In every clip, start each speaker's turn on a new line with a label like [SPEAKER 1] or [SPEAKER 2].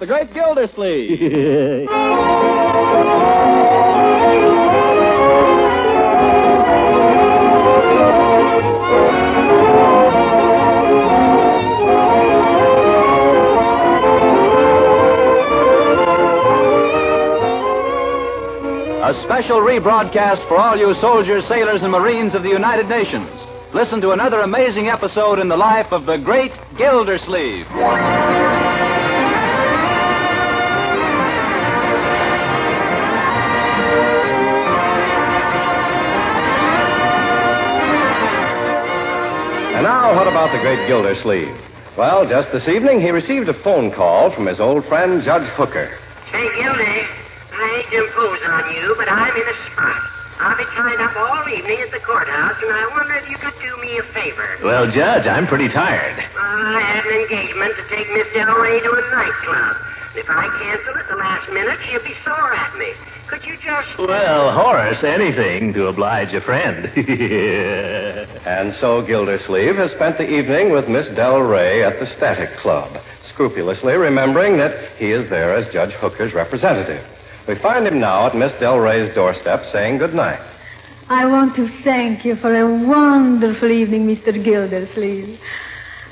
[SPEAKER 1] the great Gildersleeve. A special rebroadcast for all you soldiers, sailors, and Marines of the United Nations. Listen to another amazing episode in the life of the great Gildersleeve.
[SPEAKER 2] And now, what about the great Gildersleeve? Well, just this evening, he received a phone call from his old friend, Judge Hooker.
[SPEAKER 3] Say, Gildy, I hate to impose on you, but I'm in a spot. I'll be tied up all evening at the courthouse, and I wonder if you could do me a favor.
[SPEAKER 4] Well, Judge, I'm pretty tired.
[SPEAKER 3] I had an engagement to take Miss Delray to a nightclub. If I cancel at the last minute, she'll be sore at me. Could you just...
[SPEAKER 4] Well, Horace, anything to oblige a friend.
[SPEAKER 2] And so Gildersleeve has spent the evening with Miss Del Rey at the Static Club, scrupulously remembering that he is there as Judge Hooker's representative. We find him now at Miss Del Rey's doorstep saying goodnight.
[SPEAKER 5] I want to thank you for a wonderful evening, Mr. Gildersleeve.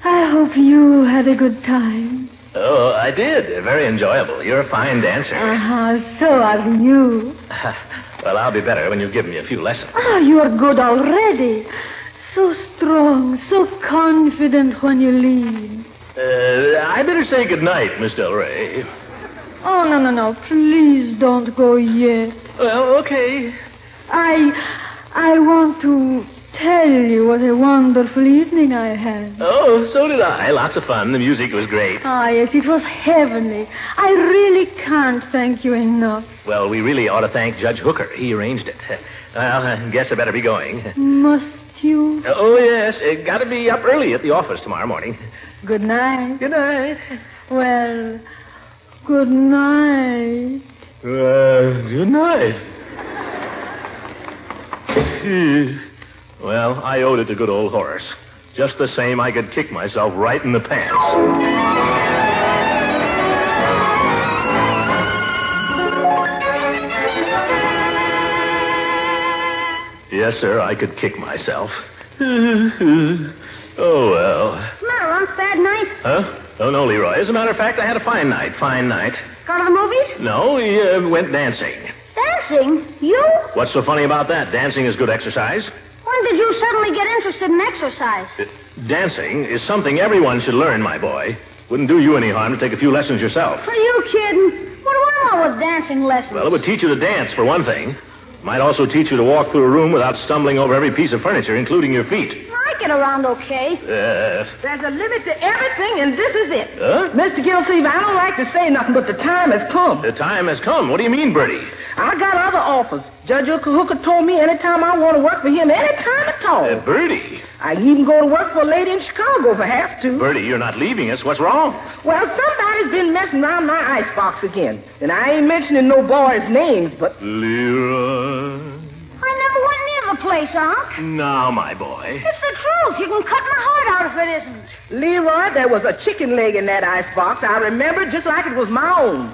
[SPEAKER 5] I hope you had a good time.
[SPEAKER 4] oh, I did. Very enjoyable. You're a fine dancer.
[SPEAKER 5] Uh-huh, so are you.
[SPEAKER 4] well, I'll be better when you give me a few lessons.
[SPEAKER 5] Ah, you are good already. So strong, so confident when you leave.
[SPEAKER 4] Uh, I better say goodnight, Miss Del Rey.
[SPEAKER 5] Oh, no, no, no. Please don't go yet.
[SPEAKER 4] Well, okay.
[SPEAKER 5] I... I want to tell you what a wonderful evening I had.
[SPEAKER 4] Oh, so did I. Lots of fun. The music was great.
[SPEAKER 5] Ah, yes, it was heavenly. I really can't thank you enough.
[SPEAKER 4] Well, we really ought to thank Judge Hooker. He arranged it. Well, I guess I better be going.
[SPEAKER 5] Must you?
[SPEAKER 4] Oh, yes. Uh, gotta be up early at the office tomorrow morning.
[SPEAKER 5] Good night.
[SPEAKER 4] Good night.
[SPEAKER 5] Well, good night.
[SPEAKER 4] Uh, good night. Hmm. well, I owed it to good old Horace. Just the same, I could kick myself right in the pants. Yes, sir, I could kick myself. oh, well.
[SPEAKER 6] matter, Unc? Bad night?
[SPEAKER 4] Huh? Oh, no, Leroy. As a matter of fact, I had a fine night. Fine night.
[SPEAKER 6] Go to the movies?
[SPEAKER 4] No, we uh, went dancing.
[SPEAKER 6] Dancing? You?
[SPEAKER 4] What's so funny about that? Dancing is good exercise.
[SPEAKER 6] When did you suddenly get interested in exercise?
[SPEAKER 4] Uh, Dancing is something everyone should learn, my boy. Wouldn't do you any harm to take a few lessons yourself.
[SPEAKER 6] Are you kidding? What do I want with dancing lessons?
[SPEAKER 4] Well, it would teach you to dance, for one thing. Might also teach you to walk through a room without stumbling over every piece of furniture, including your feet.
[SPEAKER 6] I get around okay.
[SPEAKER 4] Uh,
[SPEAKER 7] There's a limit to everything, and this is it.
[SPEAKER 4] huh?
[SPEAKER 7] Mr. Gilsleeve, I don't like to say nothing, but the time has come.
[SPEAKER 4] The time has come. What do you mean, Bertie?
[SPEAKER 7] I got other offers. Judge Hooker, Hooker told me anytime I want to work for him, anytime at all.
[SPEAKER 4] Uh, Bertie?
[SPEAKER 7] I can even go to work for a lady in Chicago if I have to.
[SPEAKER 4] Bertie, you're not leaving us. What's wrong?
[SPEAKER 7] Well, somebody's been messing around my icebox again. And I ain't mentioning no boys' names, but
[SPEAKER 4] Leroy.
[SPEAKER 6] I never went near the place, Unc.
[SPEAKER 4] Now, my boy.
[SPEAKER 6] It's the truth. You can cut my heart out if it isn't.
[SPEAKER 7] Leroy, there was a chicken leg in that icebox. I remember it just like it was my own.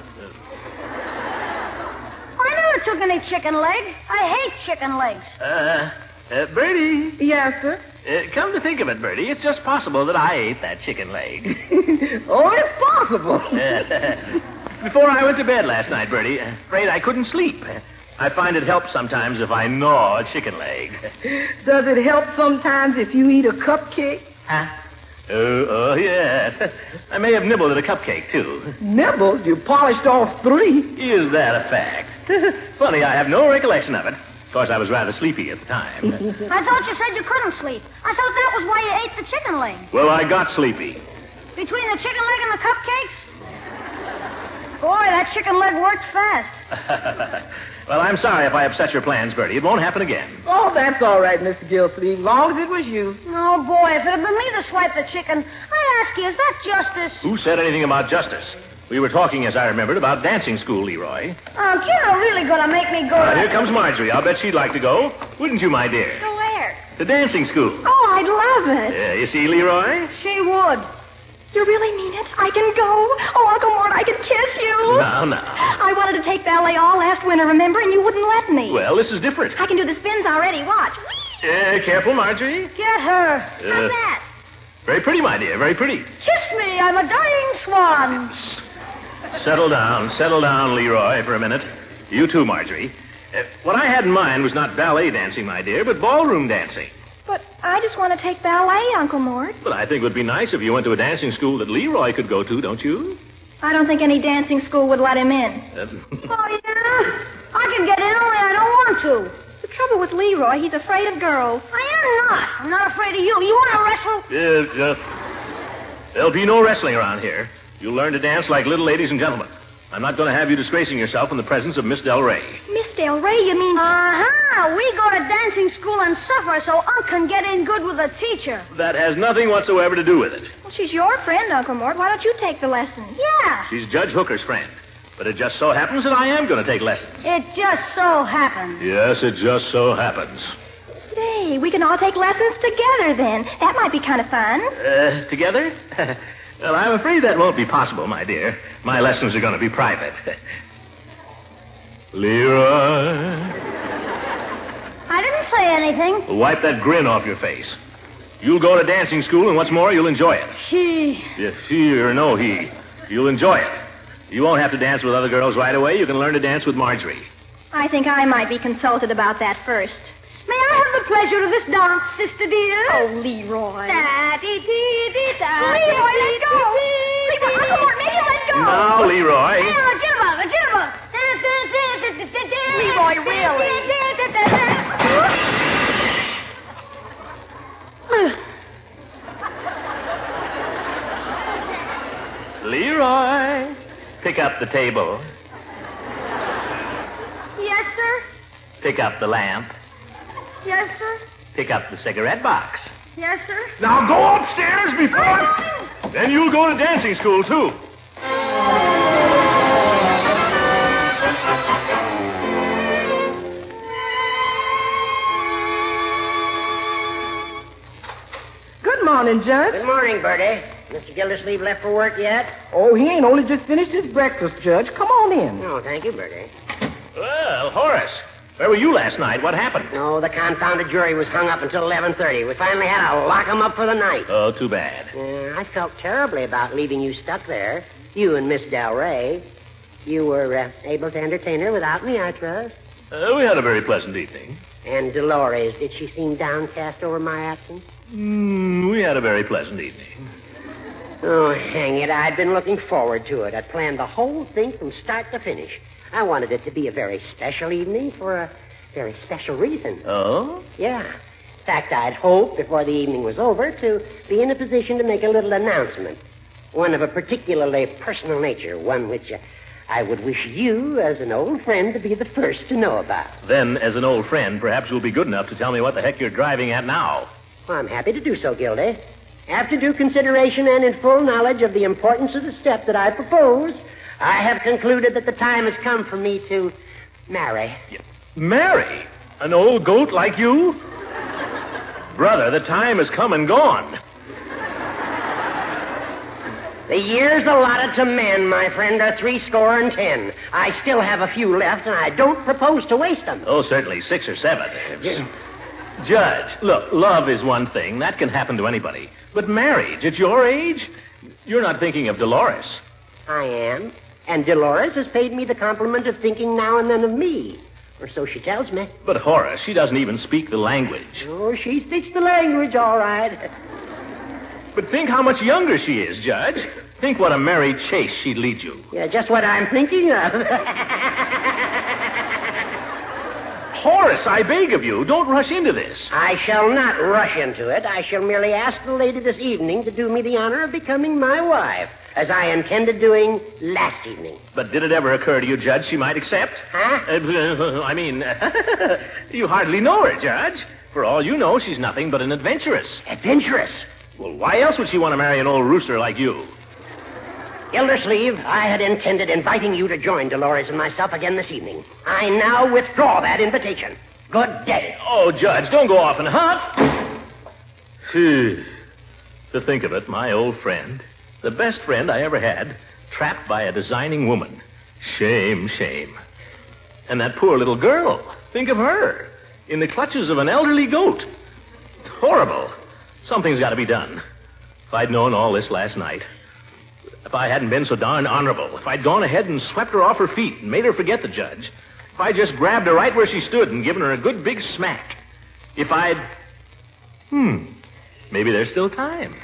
[SPEAKER 6] I never took any chicken leg. I hate chicken legs.
[SPEAKER 4] Uh, uh, Bertie.
[SPEAKER 7] Yes, sir.
[SPEAKER 4] Uh, come to think of it, Bertie, it's just possible that I ate that chicken leg.
[SPEAKER 7] oh, it's possible.
[SPEAKER 4] Before I went to bed last night, Bertie, afraid I couldn't sleep. I find it helps sometimes if I gnaw a chicken leg.
[SPEAKER 7] Does it help sometimes if you eat a cupcake?
[SPEAKER 4] Huh? Oh, oh, yes. I may have nibbled at a cupcake, too.
[SPEAKER 7] Nibbled, you polished off three.
[SPEAKER 4] Is that a fact? Funny, I have no recollection of it. Of course, I was rather sleepy at the time.
[SPEAKER 6] I thought you said you couldn't sleep. I thought that was why you ate the chicken leg.
[SPEAKER 4] well, I got sleepy.
[SPEAKER 6] Between the chicken leg and the cupcakes? Boy, that chicken leg worked fast.
[SPEAKER 4] well, I'm sorry if I upset your plans, Bertie. It won't happen again.
[SPEAKER 7] Oh, that's all right, Mr. Gilsleeve, long as it was you.
[SPEAKER 6] Oh, boy, if it had been me that swiped the chicken, I ask you, is that justice?
[SPEAKER 4] Who said anything about justice? We were talking, as I remembered, about dancing school, Leroy.
[SPEAKER 6] Unc, Um, you're not really going to make me go
[SPEAKER 4] Uh,
[SPEAKER 6] to...
[SPEAKER 4] here comes Marjorie. I'll bet she'd like to go. Wouldn't you, my dear?
[SPEAKER 6] Go where?
[SPEAKER 4] The dancing school.
[SPEAKER 5] Oh, I'd love it.
[SPEAKER 4] Yeah, you see, Leroy?
[SPEAKER 6] She would.
[SPEAKER 5] You really mean it? I can go? Oh, Uncle Mort, I can kiss
[SPEAKER 6] ballet all last winter, remember? And you wouldn't let me.
[SPEAKER 4] Well, this is different.
[SPEAKER 6] I can do the spins already. Watch.
[SPEAKER 4] Uh, careful, Marjorie.
[SPEAKER 6] Get her.
[SPEAKER 4] Uh.
[SPEAKER 6] How's that?
[SPEAKER 4] Very pretty, my dear. Very pretty.
[SPEAKER 6] Kiss me. I'm a dying swan.
[SPEAKER 4] Settle down, settle down, Leroy, for a minute. You too, Marjorie. Uh, what I had in mind was not ballet dancing, my dear, but ballroom dancing.
[SPEAKER 6] But I just want to take ballet, Uncle Mort.
[SPEAKER 4] But I think it would be nice if you went to a dancing school that Leroy could go to, don't you?
[SPEAKER 6] I don't think any dancing school would let him in.
[SPEAKER 4] Uh,
[SPEAKER 6] Oh, yeah? I can get in, only I don't want to. The trouble with Leroy, he's afraid of girls. I am not. I'm not afraid of you. You want to wrestle?
[SPEAKER 4] uh, uh, there'll be no wrestling around here. You'll learn to dance like little ladies and gentlemen. I'm not going to have you disgracing yourself in the presence of Miss Del Rey.
[SPEAKER 6] Miss Del Rey, you mean. Uh huh. We go to dancing school and suffer so Unc can get in good with a teacher.
[SPEAKER 4] That has nothing whatsoever to do with it.
[SPEAKER 6] Well, she's your friend, Uncle Mort. Why don't you take the lesson? Yeah.
[SPEAKER 4] She's Judge Hooker's friend. But it just so happens that I am going to take lessons.
[SPEAKER 6] It just so happens.
[SPEAKER 4] Yes, it just so happens.
[SPEAKER 6] Say, we can all take lessons together then. That might be kind of fun.
[SPEAKER 4] Uh, together? well, I'm afraid that won't be possible, my dear. My lessons are going to be private. Leroy,
[SPEAKER 6] I didn't say anything.
[SPEAKER 4] wipe that grin off your face. You'll go to dancing school, and what's more, you'll enjoy it.
[SPEAKER 6] She.
[SPEAKER 4] If he or no he, you'll enjoy it. You won't have to dance with other girls right away. You can learn to dance with Marjorie.
[SPEAKER 6] I think I might be consulted about that first. May I have the pleasure of this dance, sister dear? Oh, Leroy. Da dee dee dee da. Leroy, let go. Leroy, Uncle Mort, maybe let go.
[SPEAKER 4] Now, Leroy.
[SPEAKER 6] Now, jibba, the jibba. Leroy, really?
[SPEAKER 4] Leroy, pick up the table.
[SPEAKER 6] yes, sir.
[SPEAKER 4] Pick up the lamp.
[SPEAKER 6] Yes, sir.
[SPEAKER 4] Pick up the cigarette box.
[SPEAKER 6] Yes, sir.
[SPEAKER 4] Now go upstairs before. Then you'll go to dancing school, too.
[SPEAKER 7] Good morning, Judge.
[SPEAKER 3] Good morning, Bertie. Mr. Gildersleeve left for work yet?
[SPEAKER 7] Oh, he ain't only just finished his breakfast, Judge. Come on in.
[SPEAKER 3] No, thank you, Bertie.
[SPEAKER 4] Well, Horace, where were you last night? What happened?
[SPEAKER 3] No, the confounded jury was hung up until 11.30. We finally had to lock 'em up for the night.
[SPEAKER 4] Oh, too bad.
[SPEAKER 3] Yeah, I felt terribly about leaving you stuck there, you and Miss Del Rey. You were uh, able to entertain her without me, I trust.
[SPEAKER 4] Uh, we had a very pleasant evening.
[SPEAKER 3] And Dolores, did she seem downcast over my absence?
[SPEAKER 4] Mm, we had a very pleasant evening.
[SPEAKER 3] Oh, hang it. I'd been looking forward to it. I planned the whole thing from start to finish. I wanted it to be a very special evening for a very special reason.
[SPEAKER 4] Oh?
[SPEAKER 3] Yeah. In fact, I'd hoped before the evening was over to be in a position to make a little announcement. One of a particularly personal nature, one which uh, I would wish you, as an old friend, to be the first to know about.
[SPEAKER 4] Then, as an old friend, perhaps you'll be good enough to tell me what the heck you're driving at now.
[SPEAKER 3] Well, I'm happy to do so, Gildy. After due consideration and in full knowledge of the importance of the step that I propose, I have concluded that the time has come for me to marry.
[SPEAKER 4] Mary? An old goat like you? Brother, the time has come and gone.
[SPEAKER 3] The years allotted to men, my friend, are three score and ten. I still have a few left, and I don't propose to waste them.
[SPEAKER 4] Oh, certainly, six or seven. Judge, look, love is one thing. That can happen to anybody. But marriage, at your age? You're not thinking of Dolores.
[SPEAKER 3] I am. And Dolores has paid me the compliment of thinking now and then of me. Or so she tells me.
[SPEAKER 4] But Horace, she doesn't even speak the language.
[SPEAKER 3] Oh, she speaks the language, all right.
[SPEAKER 4] But think how much younger she is, Judge. Think what a merry chase she'd lead you.
[SPEAKER 3] Yeah, just what I'm thinking of.
[SPEAKER 4] Horace, I beg of you, don't rush into this.
[SPEAKER 3] I shall not rush into it. I shall merely ask the lady this evening to do me the honor of becoming my wife, as I intended doing last evening.
[SPEAKER 4] But did it ever occur to you, Judge, she might accept?
[SPEAKER 3] Huh?
[SPEAKER 4] Uh, I mean, you hardly know her, Judge. For all you know, she's nothing but an adventuress.
[SPEAKER 3] Adventurous.
[SPEAKER 4] Well, why else would she want to marry an old rooster like you?
[SPEAKER 3] Gildersleeve, I had intended inviting you to join Dolores and myself again this evening. I now withdraw that invitation. Good day.
[SPEAKER 4] Oh, Judge, don't go off in a huff. Phew. to think of it, my old friend, the best friend I ever had, trapped by a designing woman. Shame, shame. And that poor little girl. Think of her. In the clutches of an elderly goat. Horrible. Something's got to be done. If I'd known all this last night, if I hadn't been so darn honorable, if I'd gone ahead and swept her off her feet and made her forget the judge, if I just grabbed her right where she stood and given her a good big smack, if I'd. Hmm. Maybe there's still time.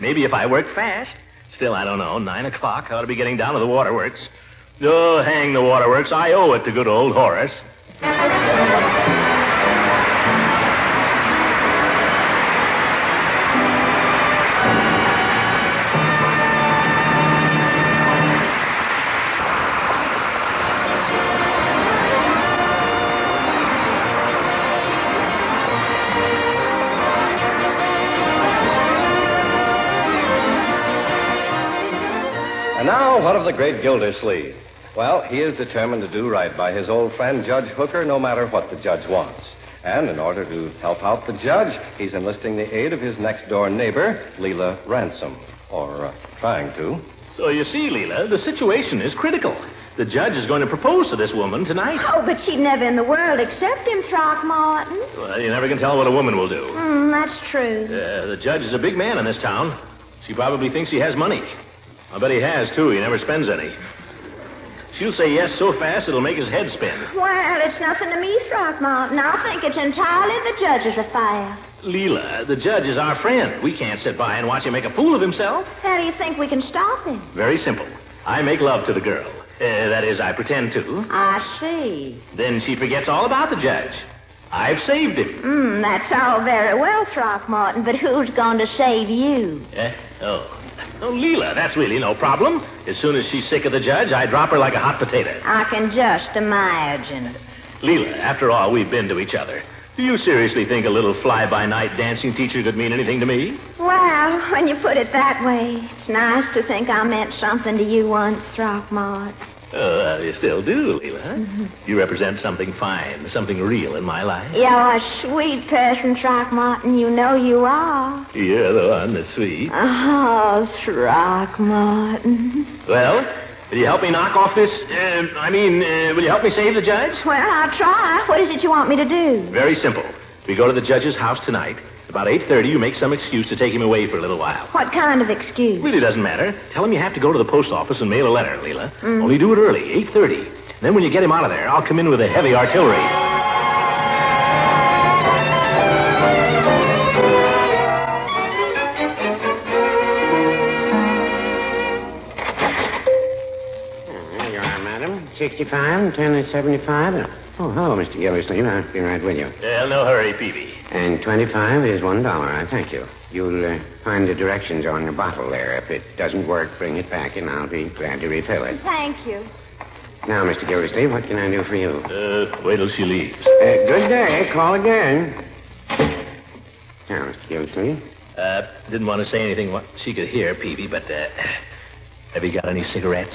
[SPEAKER 4] Maybe if I work fast. Still, I don't know. Nine o'clock. I ought to be getting down to the waterworks. Oh, hang the waterworks. I owe it to good old Horace.
[SPEAKER 2] And now, what of the great Gildersleeve? Well, he is determined to do right by his old friend Judge Hooker, no matter what the judge wants. And in order to help out the judge, he's enlisting the aid of his next door neighbor, Leela Ransom, or uh, trying to.
[SPEAKER 4] So you see, Leela, the situation is critical. The judge is going to propose to this woman tonight.
[SPEAKER 6] Oh, but she'd never in the world accept him, Throckmorton.
[SPEAKER 4] Well, you never can tell what a woman will do.
[SPEAKER 6] Mm, that's true.
[SPEAKER 4] Uh, the judge is a big man in this town. She probably thinks he has money. I bet he has, too. He never spends any. She'll say yes so fast it'll make his head spin.
[SPEAKER 6] Well, it's nothing to me, Throckmorton. I think it's entirely the judge's affair.
[SPEAKER 4] Leela, the judge is our friend. We can't sit by and watch him make a fool of himself.
[SPEAKER 6] How do you think we can stop him?
[SPEAKER 4] Very simple. I make love to the girl. Uh, that is, I pretend to.
[SPEAKER 6] I see.
[SPEAKER 4] Then she forgets all about the judge. I've saved him.
[SPEAKER 6] Mm, that's all very well, Throckmorton, but who's going to save you?
[SPEAKER 4] Eh? oh. Oh, Leela, that's really no problem. As soon as she's sick of the judge, I drop her like a hot potato.
[SPEAKER 6] I can just imagine.
[SPEAKER 4] Leela, after all we've been to each other, do you seriously think a little fly by night dancing teacher could mean anything to me?
[SPEAKER 6] Well, when you put it that way, it's nice to think I meant something to you once, Throckmorton.
[SPEAKER 4] Uh, you still do, Leela. You represent something fine, something real in my life.
[SPEAKER 6] You're a sweet person, Throckmorton. You know you are.
[SPEAKER 4] You're the one that's sweet.
[SPEAKER 6] Oh, Throckmorton.
[SPEAKER 4] Well, will you help me knock off this? Uh, I mean, uh, will you help me save the judge?
[SPEAKER 6] Well, I'll try. What is it you want me to do?
[SPEAKER 4] Very simple. We go to the judge's house tonight. About 8.30, you make some excuse to take him away for a little while.
[SPEAKER 6] What kind of excuse?
[SPEAKER 4] Really doesn't matter. Tell him you have to go to the post office and mail a letter, Leela. Only do it early, 8.30. Then when you get him out of there, I'll come in with a heavy artillery.
[SPEAKER 8] There you are, madam. 65, 10 is 75. Oh, hello, Mr. Gildersleeve. I'll be right with you.
[SPEAKER 4] Well, no hurry, Peavy.
[SPEAKER 8] And 25 is $1, I thank you. You'll uh, find the directions on the bottle there. If it doesn't work, bring it back, and I'll be glad to refill it.
[SPEAKER 6] Thank you.
[SPEAKER 8] Now, Mr. Gildersleeve, what can I do for you?
[SPEAKER 4] Uh, wait till she leaves.
[SPEAKER 8] Uh, good day. Call again. Now, Mr. Gildersleeve.
[SPEAKER 4] Uh, didn't want to say anything what she could hear, Peavy, but, uh, have you got any cigarettes?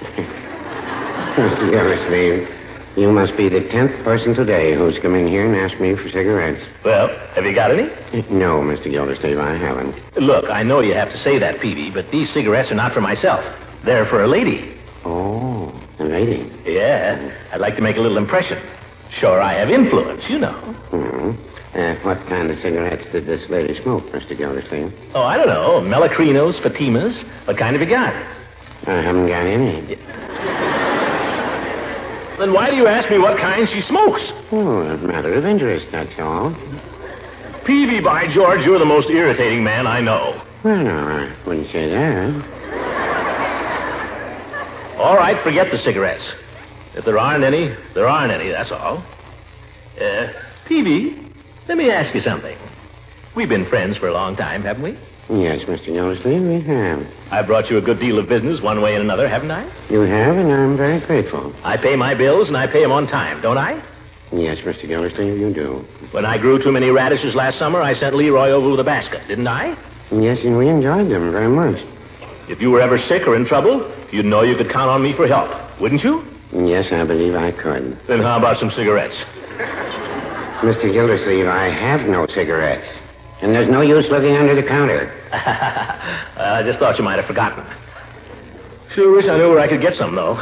[SPEAKER 8] Mr. Gildersleeve, you must be the tenth person today who's come in here and asked me for cigarettes.
[SPEAKER 4] Well, have you got any?
[SPEAKER 8] No, Mr. Gildersleeve, I haven't.
[SPEAKER 4] Look, I know you have to say that, Peavy, but these cigarettes are not for myself. They're for a lady.
[SPEAKER 8] Oh, a lady.
[SPEAKER 4] Yeah, I'd like to make a little impression. Sure, I have influence, you know.
[SPEAKER 8] Hmm. Uh, what kind of cigarettes did this lady smoke, Mr. Gildersleeve?
[SPEAKER 4] Oh, I don't know. Melacrinos, Fatimas. What kind have you got?
[SPEAKER 8] I haven't got any.
[SPEAKER 4] Then why do you ask me what kind she smokes?
[SPEAKER 8] Oh, a matter of interest, that's all.
[SPEAKER 4] Peavy, by George, you're the most irritating man I know.
[SPEAKER 8] Well, no, I wouldn't say that.
[SPEAKER 4] All right, forget the cigarettes. If there aren't any, there aren't any, that's all. Uh, Peavy, let me ask you something. We've been friends for a long time, haven't we?
[SPEAKER 8] Yes, Mr. Gildersleeve, we have.
[SPEAKER 4] I brought you a good deal of business one way and another, haven't I?
[SPEAKER 8] You have, and I'm very grateful.
[SPEAKER 4] I pay my bills and I pay 'em on time, don't I?
[SPEAKER 8] Yes, Mr. Gildersleeve, you do.
[SPEAKER 4] When I grew too many radishes last summer, I sent Leroy over with a basket, didn't I?
[SPEAKER 8] Yes, and we enjoyed them very much.
[SPEAKER 4] If you were ever sick or in trouble, you'd know you could count on me for help, wouldn't you?
[SPEAKER 8] Yes, I believe I could.
[SPEAKER 4] Then how about some cigarettes?
[SPEAKER 8] Mr. Gildersleeve, I have no cigarettes. And there's no use looking under the counter.
[SPEAKER 4] I just thought you might have forgotten. Sure wish I knew where I could get some, though.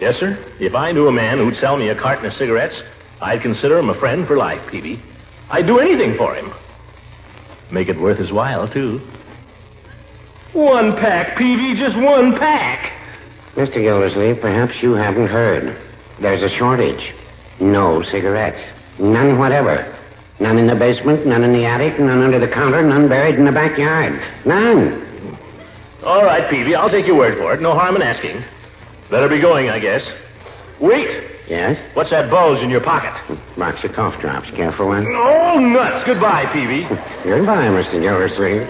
[SPEAKER 4] Yes, sir. If I knew a man who'd sell me a carton of cigarettes, I'd consider him a friend for life, Peavy. I'd do anything for him. Make it worth his while, too. One pack, Peavy, just one pack.
[SPEAKER 3] Mr. Gildersleeve, perhaps you haven't heard. There's a shortage. No cigarettes. None whatever. None in the basement, none in the attic, none under the counter, none buried in the backyard. None.
[SPEAKER 4] All right, Peavy, I'll take your word for it. No harm in asking. Better be going, I guess. Wait!
[SPEAKER 3] Yes?
[SPEAKER 4] What's that bulge in your pocket?
[SPEAKER 3] Box of cough drops. Careful one.
[SPEAKER 4] Oh, nuts! Goodbye, Peavy.
[SPEAKER 3] Goodbye, Mr. Gildersleeve.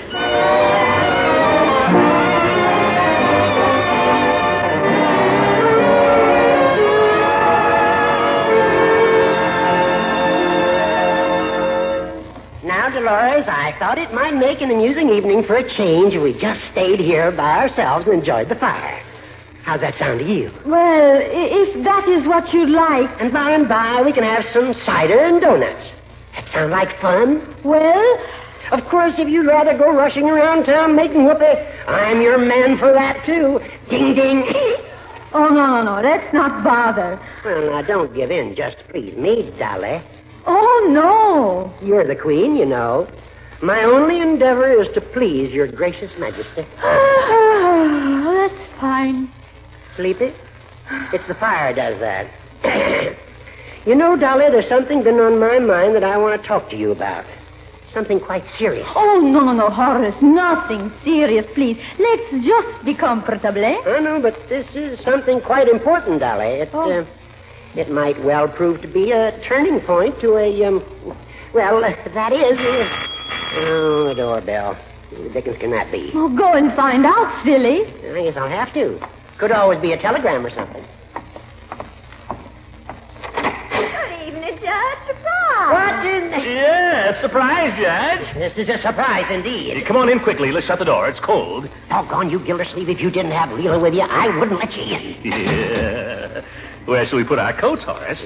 [SPEAKER 3] Now, Dolores, I thought it might make an amusing evening for a change if we just stayed here by ourselves and enjoyed the fire. How's that sound to you?
[SPEAKER 5] Well, i- if that is what you like,
[SPEAKER 3] And by and by, we can have some cider and donuts. That sound like fun?
[SPEAKER 5] well,
[SPEAKER 3] Of course, if you'd rather go rushing around town making whoopee, I'm your man for that, too. Ding, ding.
[SPEAKER 5] oh, no, no, no, let's not bother.
[SPEAKER 3] well, now, don't give in just to please me, Dolly.
[SPEAKER 5] Oh, no.
[SPEAKER 3] You're the queen, you know. My only endeavor is to please your gracious majesty.
[SPEAKER 5] That's fine.
[SPEAKER 3] Sleepy? It's the fire does that. you know, Dolly, there's something been on my mind that I want to talk to you about. Something quite serious.
[SPEAKER 5] Oh, no, no, no, Horace, nothing serious, please. Let's just be comfortable, eh?
[SPEAKER 3] I know, but this is something quite important, Dolly. It,
[SPEAKER 5] Oh.
[SPEAKER 3] uh, it might well prove to be a turning point to a, um, well, that is. uh, oh, the doorbell. Who the dickens can that be?
[SPEAKER 5] Oh, go and find out, silly.
[SPEAKER 3] I guess I'll have to. Could always be a telegram or something.
[SPEAKER 6] Good evening, Judge. Surprise.
[SPEAKER 3] What in...
[SPEAKER 4] Yeah, surprise, Judge.
[SPEAKER 3] This is a surprise indeed.
[SPEAKER 4] Come on in quickly. Let's shut the door. It's cold.
[SPEAKER 3] Doggone you, Gildersleeve, if you didn't have Leela with you, I wouldn't let you in.
[SPEAKER 4] Yeah. Where shall we put our coats, Horace?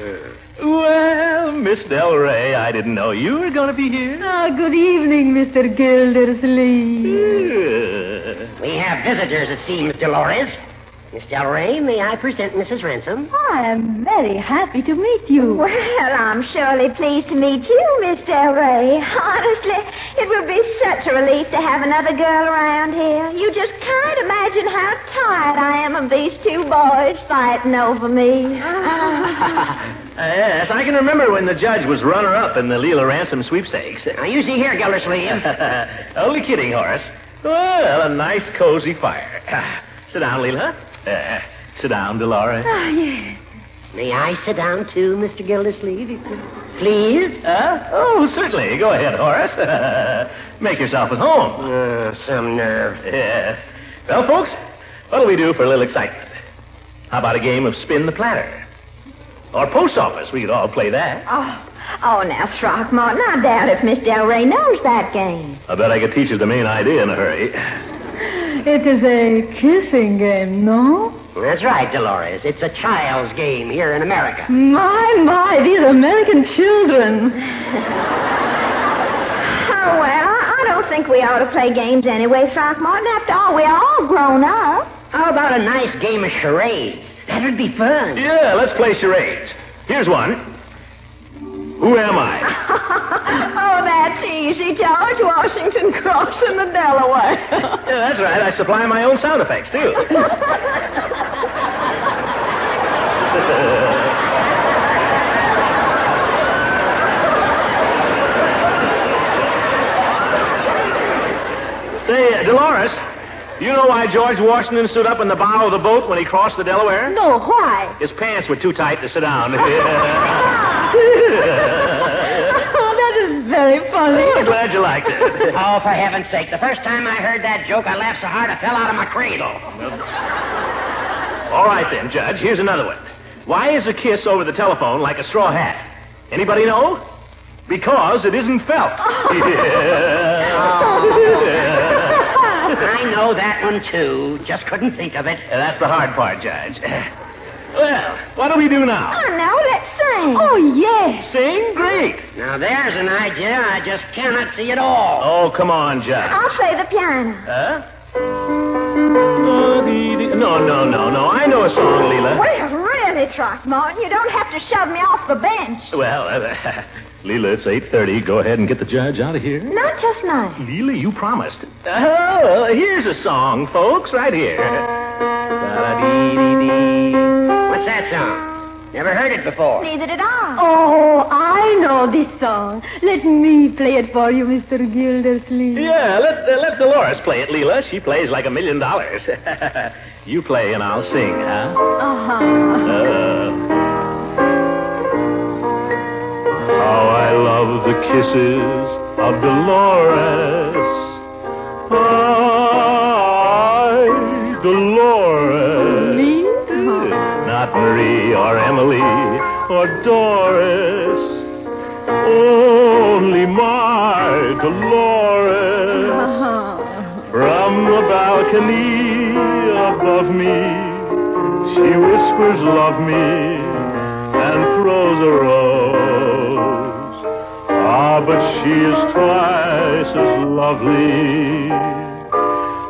[SPEAKER 4] Well, Miss Del Rey, I didn't know you were going to be here.
[SPEAKER 5] Ah, good evening, Mr. Gildersleeve.
[SPEAKER 4] Yeah.
[SPEAKER 3] We have visitors, it seems, Dolores. Miss Delray, may I present Mrs. Ransom?
[SPEAKER 5] I am very happy to meet you.
[SPEAKER 6] Well, I'm surely pleased to meet you, Miss Del Rey. Honestly, it will be such a relief to have another girl around here. You just can't imagine how tired I am of these two boys fighting over me.
[SPEAKER 4] Yes, I can remember when the judge was runner-up in the Leela Ransom sweepstakes.
[SPEAKER 3] Now, you see here, Gildersleeve.
[SPEAKER 4] Only kidding, Horace. Well, a nice, cozy fire. sit down, Leela. Uh, sit down, Dolores.
[SPEAKER 5] Ah, yes.
[SPEAKER 3] May I sit down too, Mr. Gildersleeve? Please?
[SPEAKER 4] Huh? Oh, certainly. Go ahead, Horace. Make yourself at home.
[SPEAKER 3] Uh, some nerve.
[SPEAKER 4] Yeah. Well, folks, what'll we do for a little excitement? How about a game of spin the platter? Or post office? We could all play that.
[SPEAKER 6] Oh, oh, now, Throckmorton, I doubt if Miss Del Rey knows that game.
[SPEAKER 4] I bet I could teach you the main idea in a hurry.
[SPEAKER 5] It is a kissing game, no?
[SPEAKER 3] That's right, Dolores. It's a child's game here in America.
[SPEAKER 5] My, my, these American children.
[SPEAKER 6] Oh, well, I don't think we ought to play games anyway, Throckmorton. After all, we're all grown up.
[SPEAKER 3] How about a nice game of charades? That would be fun.
[SPEAKER 4] Yeah, let's play charades. Here's one. Who am I?
[SPEAKER 6] oh, that's easy, George Washington crossing the Delaware.
[SPEAKER 4] Yeah, that's right. I supply my own sound effects, too. Say, uh, Dolores, you know why George Washington stood up in the bow of the boat when he crossed the Delaware?
[SPEAKER 5] No, why?
[SPEAKER 4] His pants were too tight to sit down.
[SPEAKER 5] Oh, that is very funny.
[SPEAKER 4] I'm glad you liked it.
[SPEAKER 3] Oh, for heaven's sake. The first time I heard that joke, I laughed so hard I fell out of my cradle.
[SPEAKER 4] All right then, Judge. Here's another one. Why is a kiss over the telephone like a straw hat? Anybody know? Because it isn't felt.
[SPEAKER 3] I know that one, too. Just couldn't think of it.
[SPEAKER 4] Uh, That's the hard part, Judge. Well, what do we do now?
[SPEAKER 6] I know, Oh, let's sing.
[SPEAKER 5] Oh, yes.
[SPEAKER 4] Sing? Great.
[SPEAKER 3] Now, there's an idea I just cannot see at all.
[SPEAKER 4] Oh, come on, Judge.
[SPEAKER 6] I'll play the piano.
[SPEAKER 4] Huh? Oh, No, no, no, no. I know a song, Leela.
[SPEAKER 6] Well, hurry, Throckmorton. You don't have to shove me off the bench.
[SPEAKER 4] Well, uh, Leela, it's 8.30. Go ahead and get the judge out of here.
[SPEAKER 6] Not just nice.
[SPEAKER 4] Leela, you promised. Oh, well, here's a song, folks, right here. Da-dee-dee-dee.
[SPEAKER 3] What's that song? Never heard it before.
[SPEAKER 6] Neither did I.
[SPEAKER 5] Oh, I know this song. Let me play it for you, Mr. Gildersleeve.
[SPEAKER 4] Yeah, let, uh, let Dolores play it, Leela. She plays like a million dollars. You play and I'll sing, huh?
[SPEAKER 5] Uh-huh.
[SPEAKER 4] Uh. How I love the kisses of Dolores. I, Dolores.
[SPEAKER 5] Me?
[SPEAKER 4] Not Marie or Emily or Doris. Only my Dolores.
[SPEAKER 5] Uh-huh.
[SPEAKER 4] From the balcony above me, she whispers, Love me, and throws a rose. Ah, but she is twice as lovely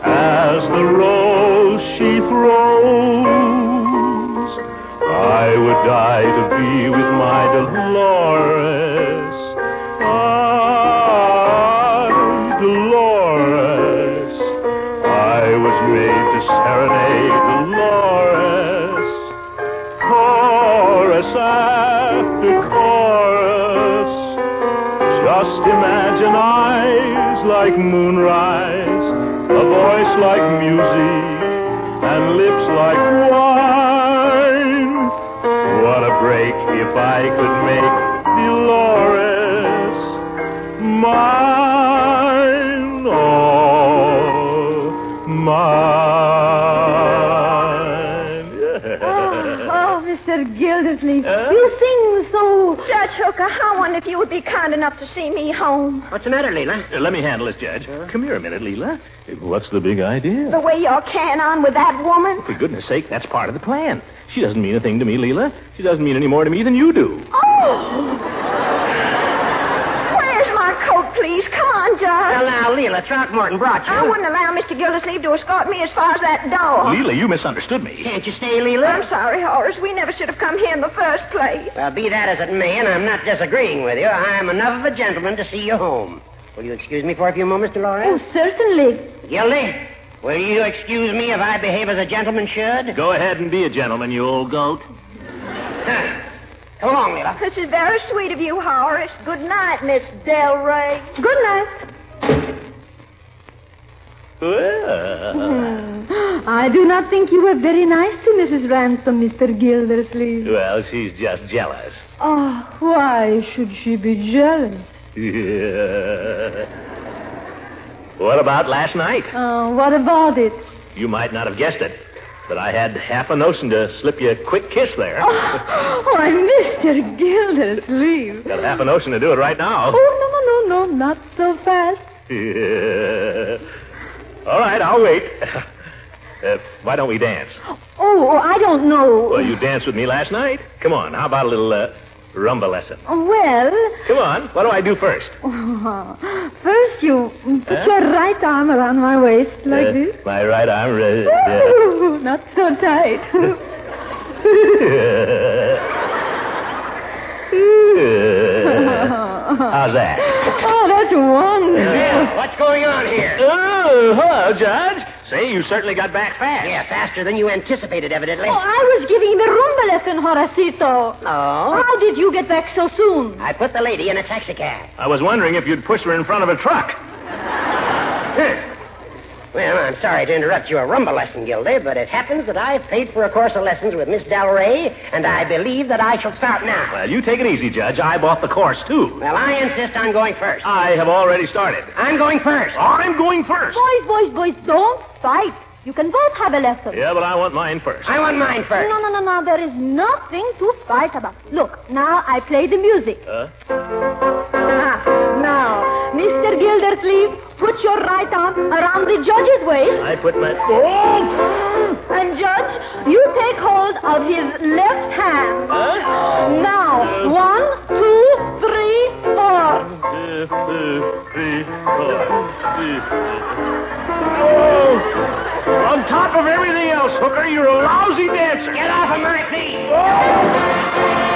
[SPEAKER 4] as the rose she throws. I would die to be with my Dolores. Ah, Dolores. I was made to serenade Dolores. Chorus after chorus. Just imagine eyes like moonrise, a voice like music, and lips like wine. What a break if I could make Dolores mine, oh, mine.
[SPEAKER 5] Oh, oh, Mr. Gildersleeve,
[SPEAKER 4] Huh?
[SPEAKER 5] you sing so.
[SPEAKER 6] Judge Hooker, I wonder if you would be kind enough to see me home.
[SPEAKER 3] What's the matter, Leela?
[SPEAKER 4] Let me handle this, Judge. Come here a minute, Leela. What's the big
[SPEAKER 6] The
[SPEAKER 4] idea?
[SPEAKER 6] way you're can on with that woman.
[SPEAKER 4] For goodness sake, that's part of the plan. She doesn't mean a thing to me, Leela. She doesn't mean any more to me than you do.
[SPEAKER 6] Oh! Where's my coat, please? Come on,
[SPEAKER 3] Well,
[SPEAKER 6] Judge.
[SPEAKER 3] now, Leela, Throckmorton brought you.
[SPEAKER 6] I wouldn't allow Mr. Gildersleeve to escort me as far as that door.
[SPEAKER 4] Leela, you misunderstood me.
[SPEAKER 3] Can't you stay, Leela?
[SPEAKER 6] I'm sorry, Horace. We never should have come here in the first place.
[SPEAKER 3] Well, be that as it may, and I'm not disagreeing with you, I'm enough of a gentleman to see you home. Will you excuse me for a few moments,
[SPEAKER 5] Oh,
[SPEAKER 3] Dolores?
[SPEAKER 5] certainly.
[SPEAKER 3] Gildy, will you excuse me if I behave as a gentleman should?
[SPEAKER 4] Go ahead and be a gentleman, you old goat.
[SPEAKER 3] Come along, Leela.
[SPEAKER 6] This is very sweet of you, Horace. Good night, Miss Delray.
[SPEAKER 5] Good night.
[SPEAKER 4] Well,
[SPEAKER 5] Hmm. I do not think you were very nice to Mrs. Ransom, Mr. Gildersleeve.
[SPEAKER 4] well she's just jealous.
[SPEAKER 5] Ah, why should she be jealous?
[SPEAKER 4] what about last night?
[SPEAKER 5] Oh, what about it?
[SPEAKER 4] You might not have guessed it, but I had half a notion to slip you a quick kiss there.
[SPEAKER 5] Why, Mr. Gildersleeve.
[SPEAKER 4] Got half a notion to do it right now.
[SPEAKER 5] Oh, no, no, no, no, not so fast.
[SPEAKER 4] All right, I'll wait. Uh, why don't we dance?
[SPEAKER 5] Oh, oh, I don't know.
[SPEAKER 4] Well, you danced with me last night. Come on, how about a little uh, rumba lesson?
[SPEAKER 5] Well,
[SPEAKER 4] Come on, what do I do first?
[SPEAKER 5] first you put
[SPEAKER 4] Huh?
[SPEAKER 5] your right arm around my waist like
[SPEAKER 4] Uh,
[SPEAKER 5] this.
[SPEAKER 4] My right arm. Uh, yeah.
[SPEAKER 5] Not so tight.
[SPEAKER 4] How's that?
[SPEAKER 5] oh, that's wonderful.
[SPEAKER 3] Leela, what's going on here?
[SPEAKER 4] Oh, hello, Judge. Say, you certainly got back fast.
[SPEAKER 3] Yeah, faster than you anticipated, evidently.
[SPEAKER 5] Oh, I was giving him a rumba lesson, Horacito.
[SPEAKER 3] Oh.
[SPEAKER 5] How did you get back so soon?
[SPEAKER 3] I put the lady in a taxicab.
[SPEAKER 4] I was wondering if you'd push her in front of a truck.
[SPEAKER 3] Well, I'm sorry to interrupt your rumba lesson, Gildy, but it happens that I've paid for a course of lessons with Miss Dalray, and I believe that I shall start now.
[SPEAKER 4] Well, you take it easy, Judge. I bought the course, too.
[SPEAKER 3] Well, I insist on going first.
[SPEAKER 4] I have already started.
[SPEAKER 3] I'm going first.
[SPEAKER 4] I'm going first.
[SPEAKER 5] Boys, boys, boys, don't fight. You can both have a lesson.
[SPEAKER 4] Yeah, but I want mine first.
[SPEAKER 3] I want mine first.
[SPEAKER 5] No, no, no, no. There is nothing to fight about. Look, now I play the music.
[SPEAKER 4] Huh?
[SPEAKER 5] Ah, now, Mr. Gildersleeve, put your right arm around the judge's waist.
[SPEAKER 4] I put my.
[SPEAKER 5] And Judge, you take hold of his left hand.
[SPEAKER 4] Huh?
[SPEAKER 5] Now, one, two, three, four.
[SPEAKER 4] Two, three, four. Oh, On top of everything else, Hooker, you're a lousy dancer.
[SPEAKER 3] Get off of my feet.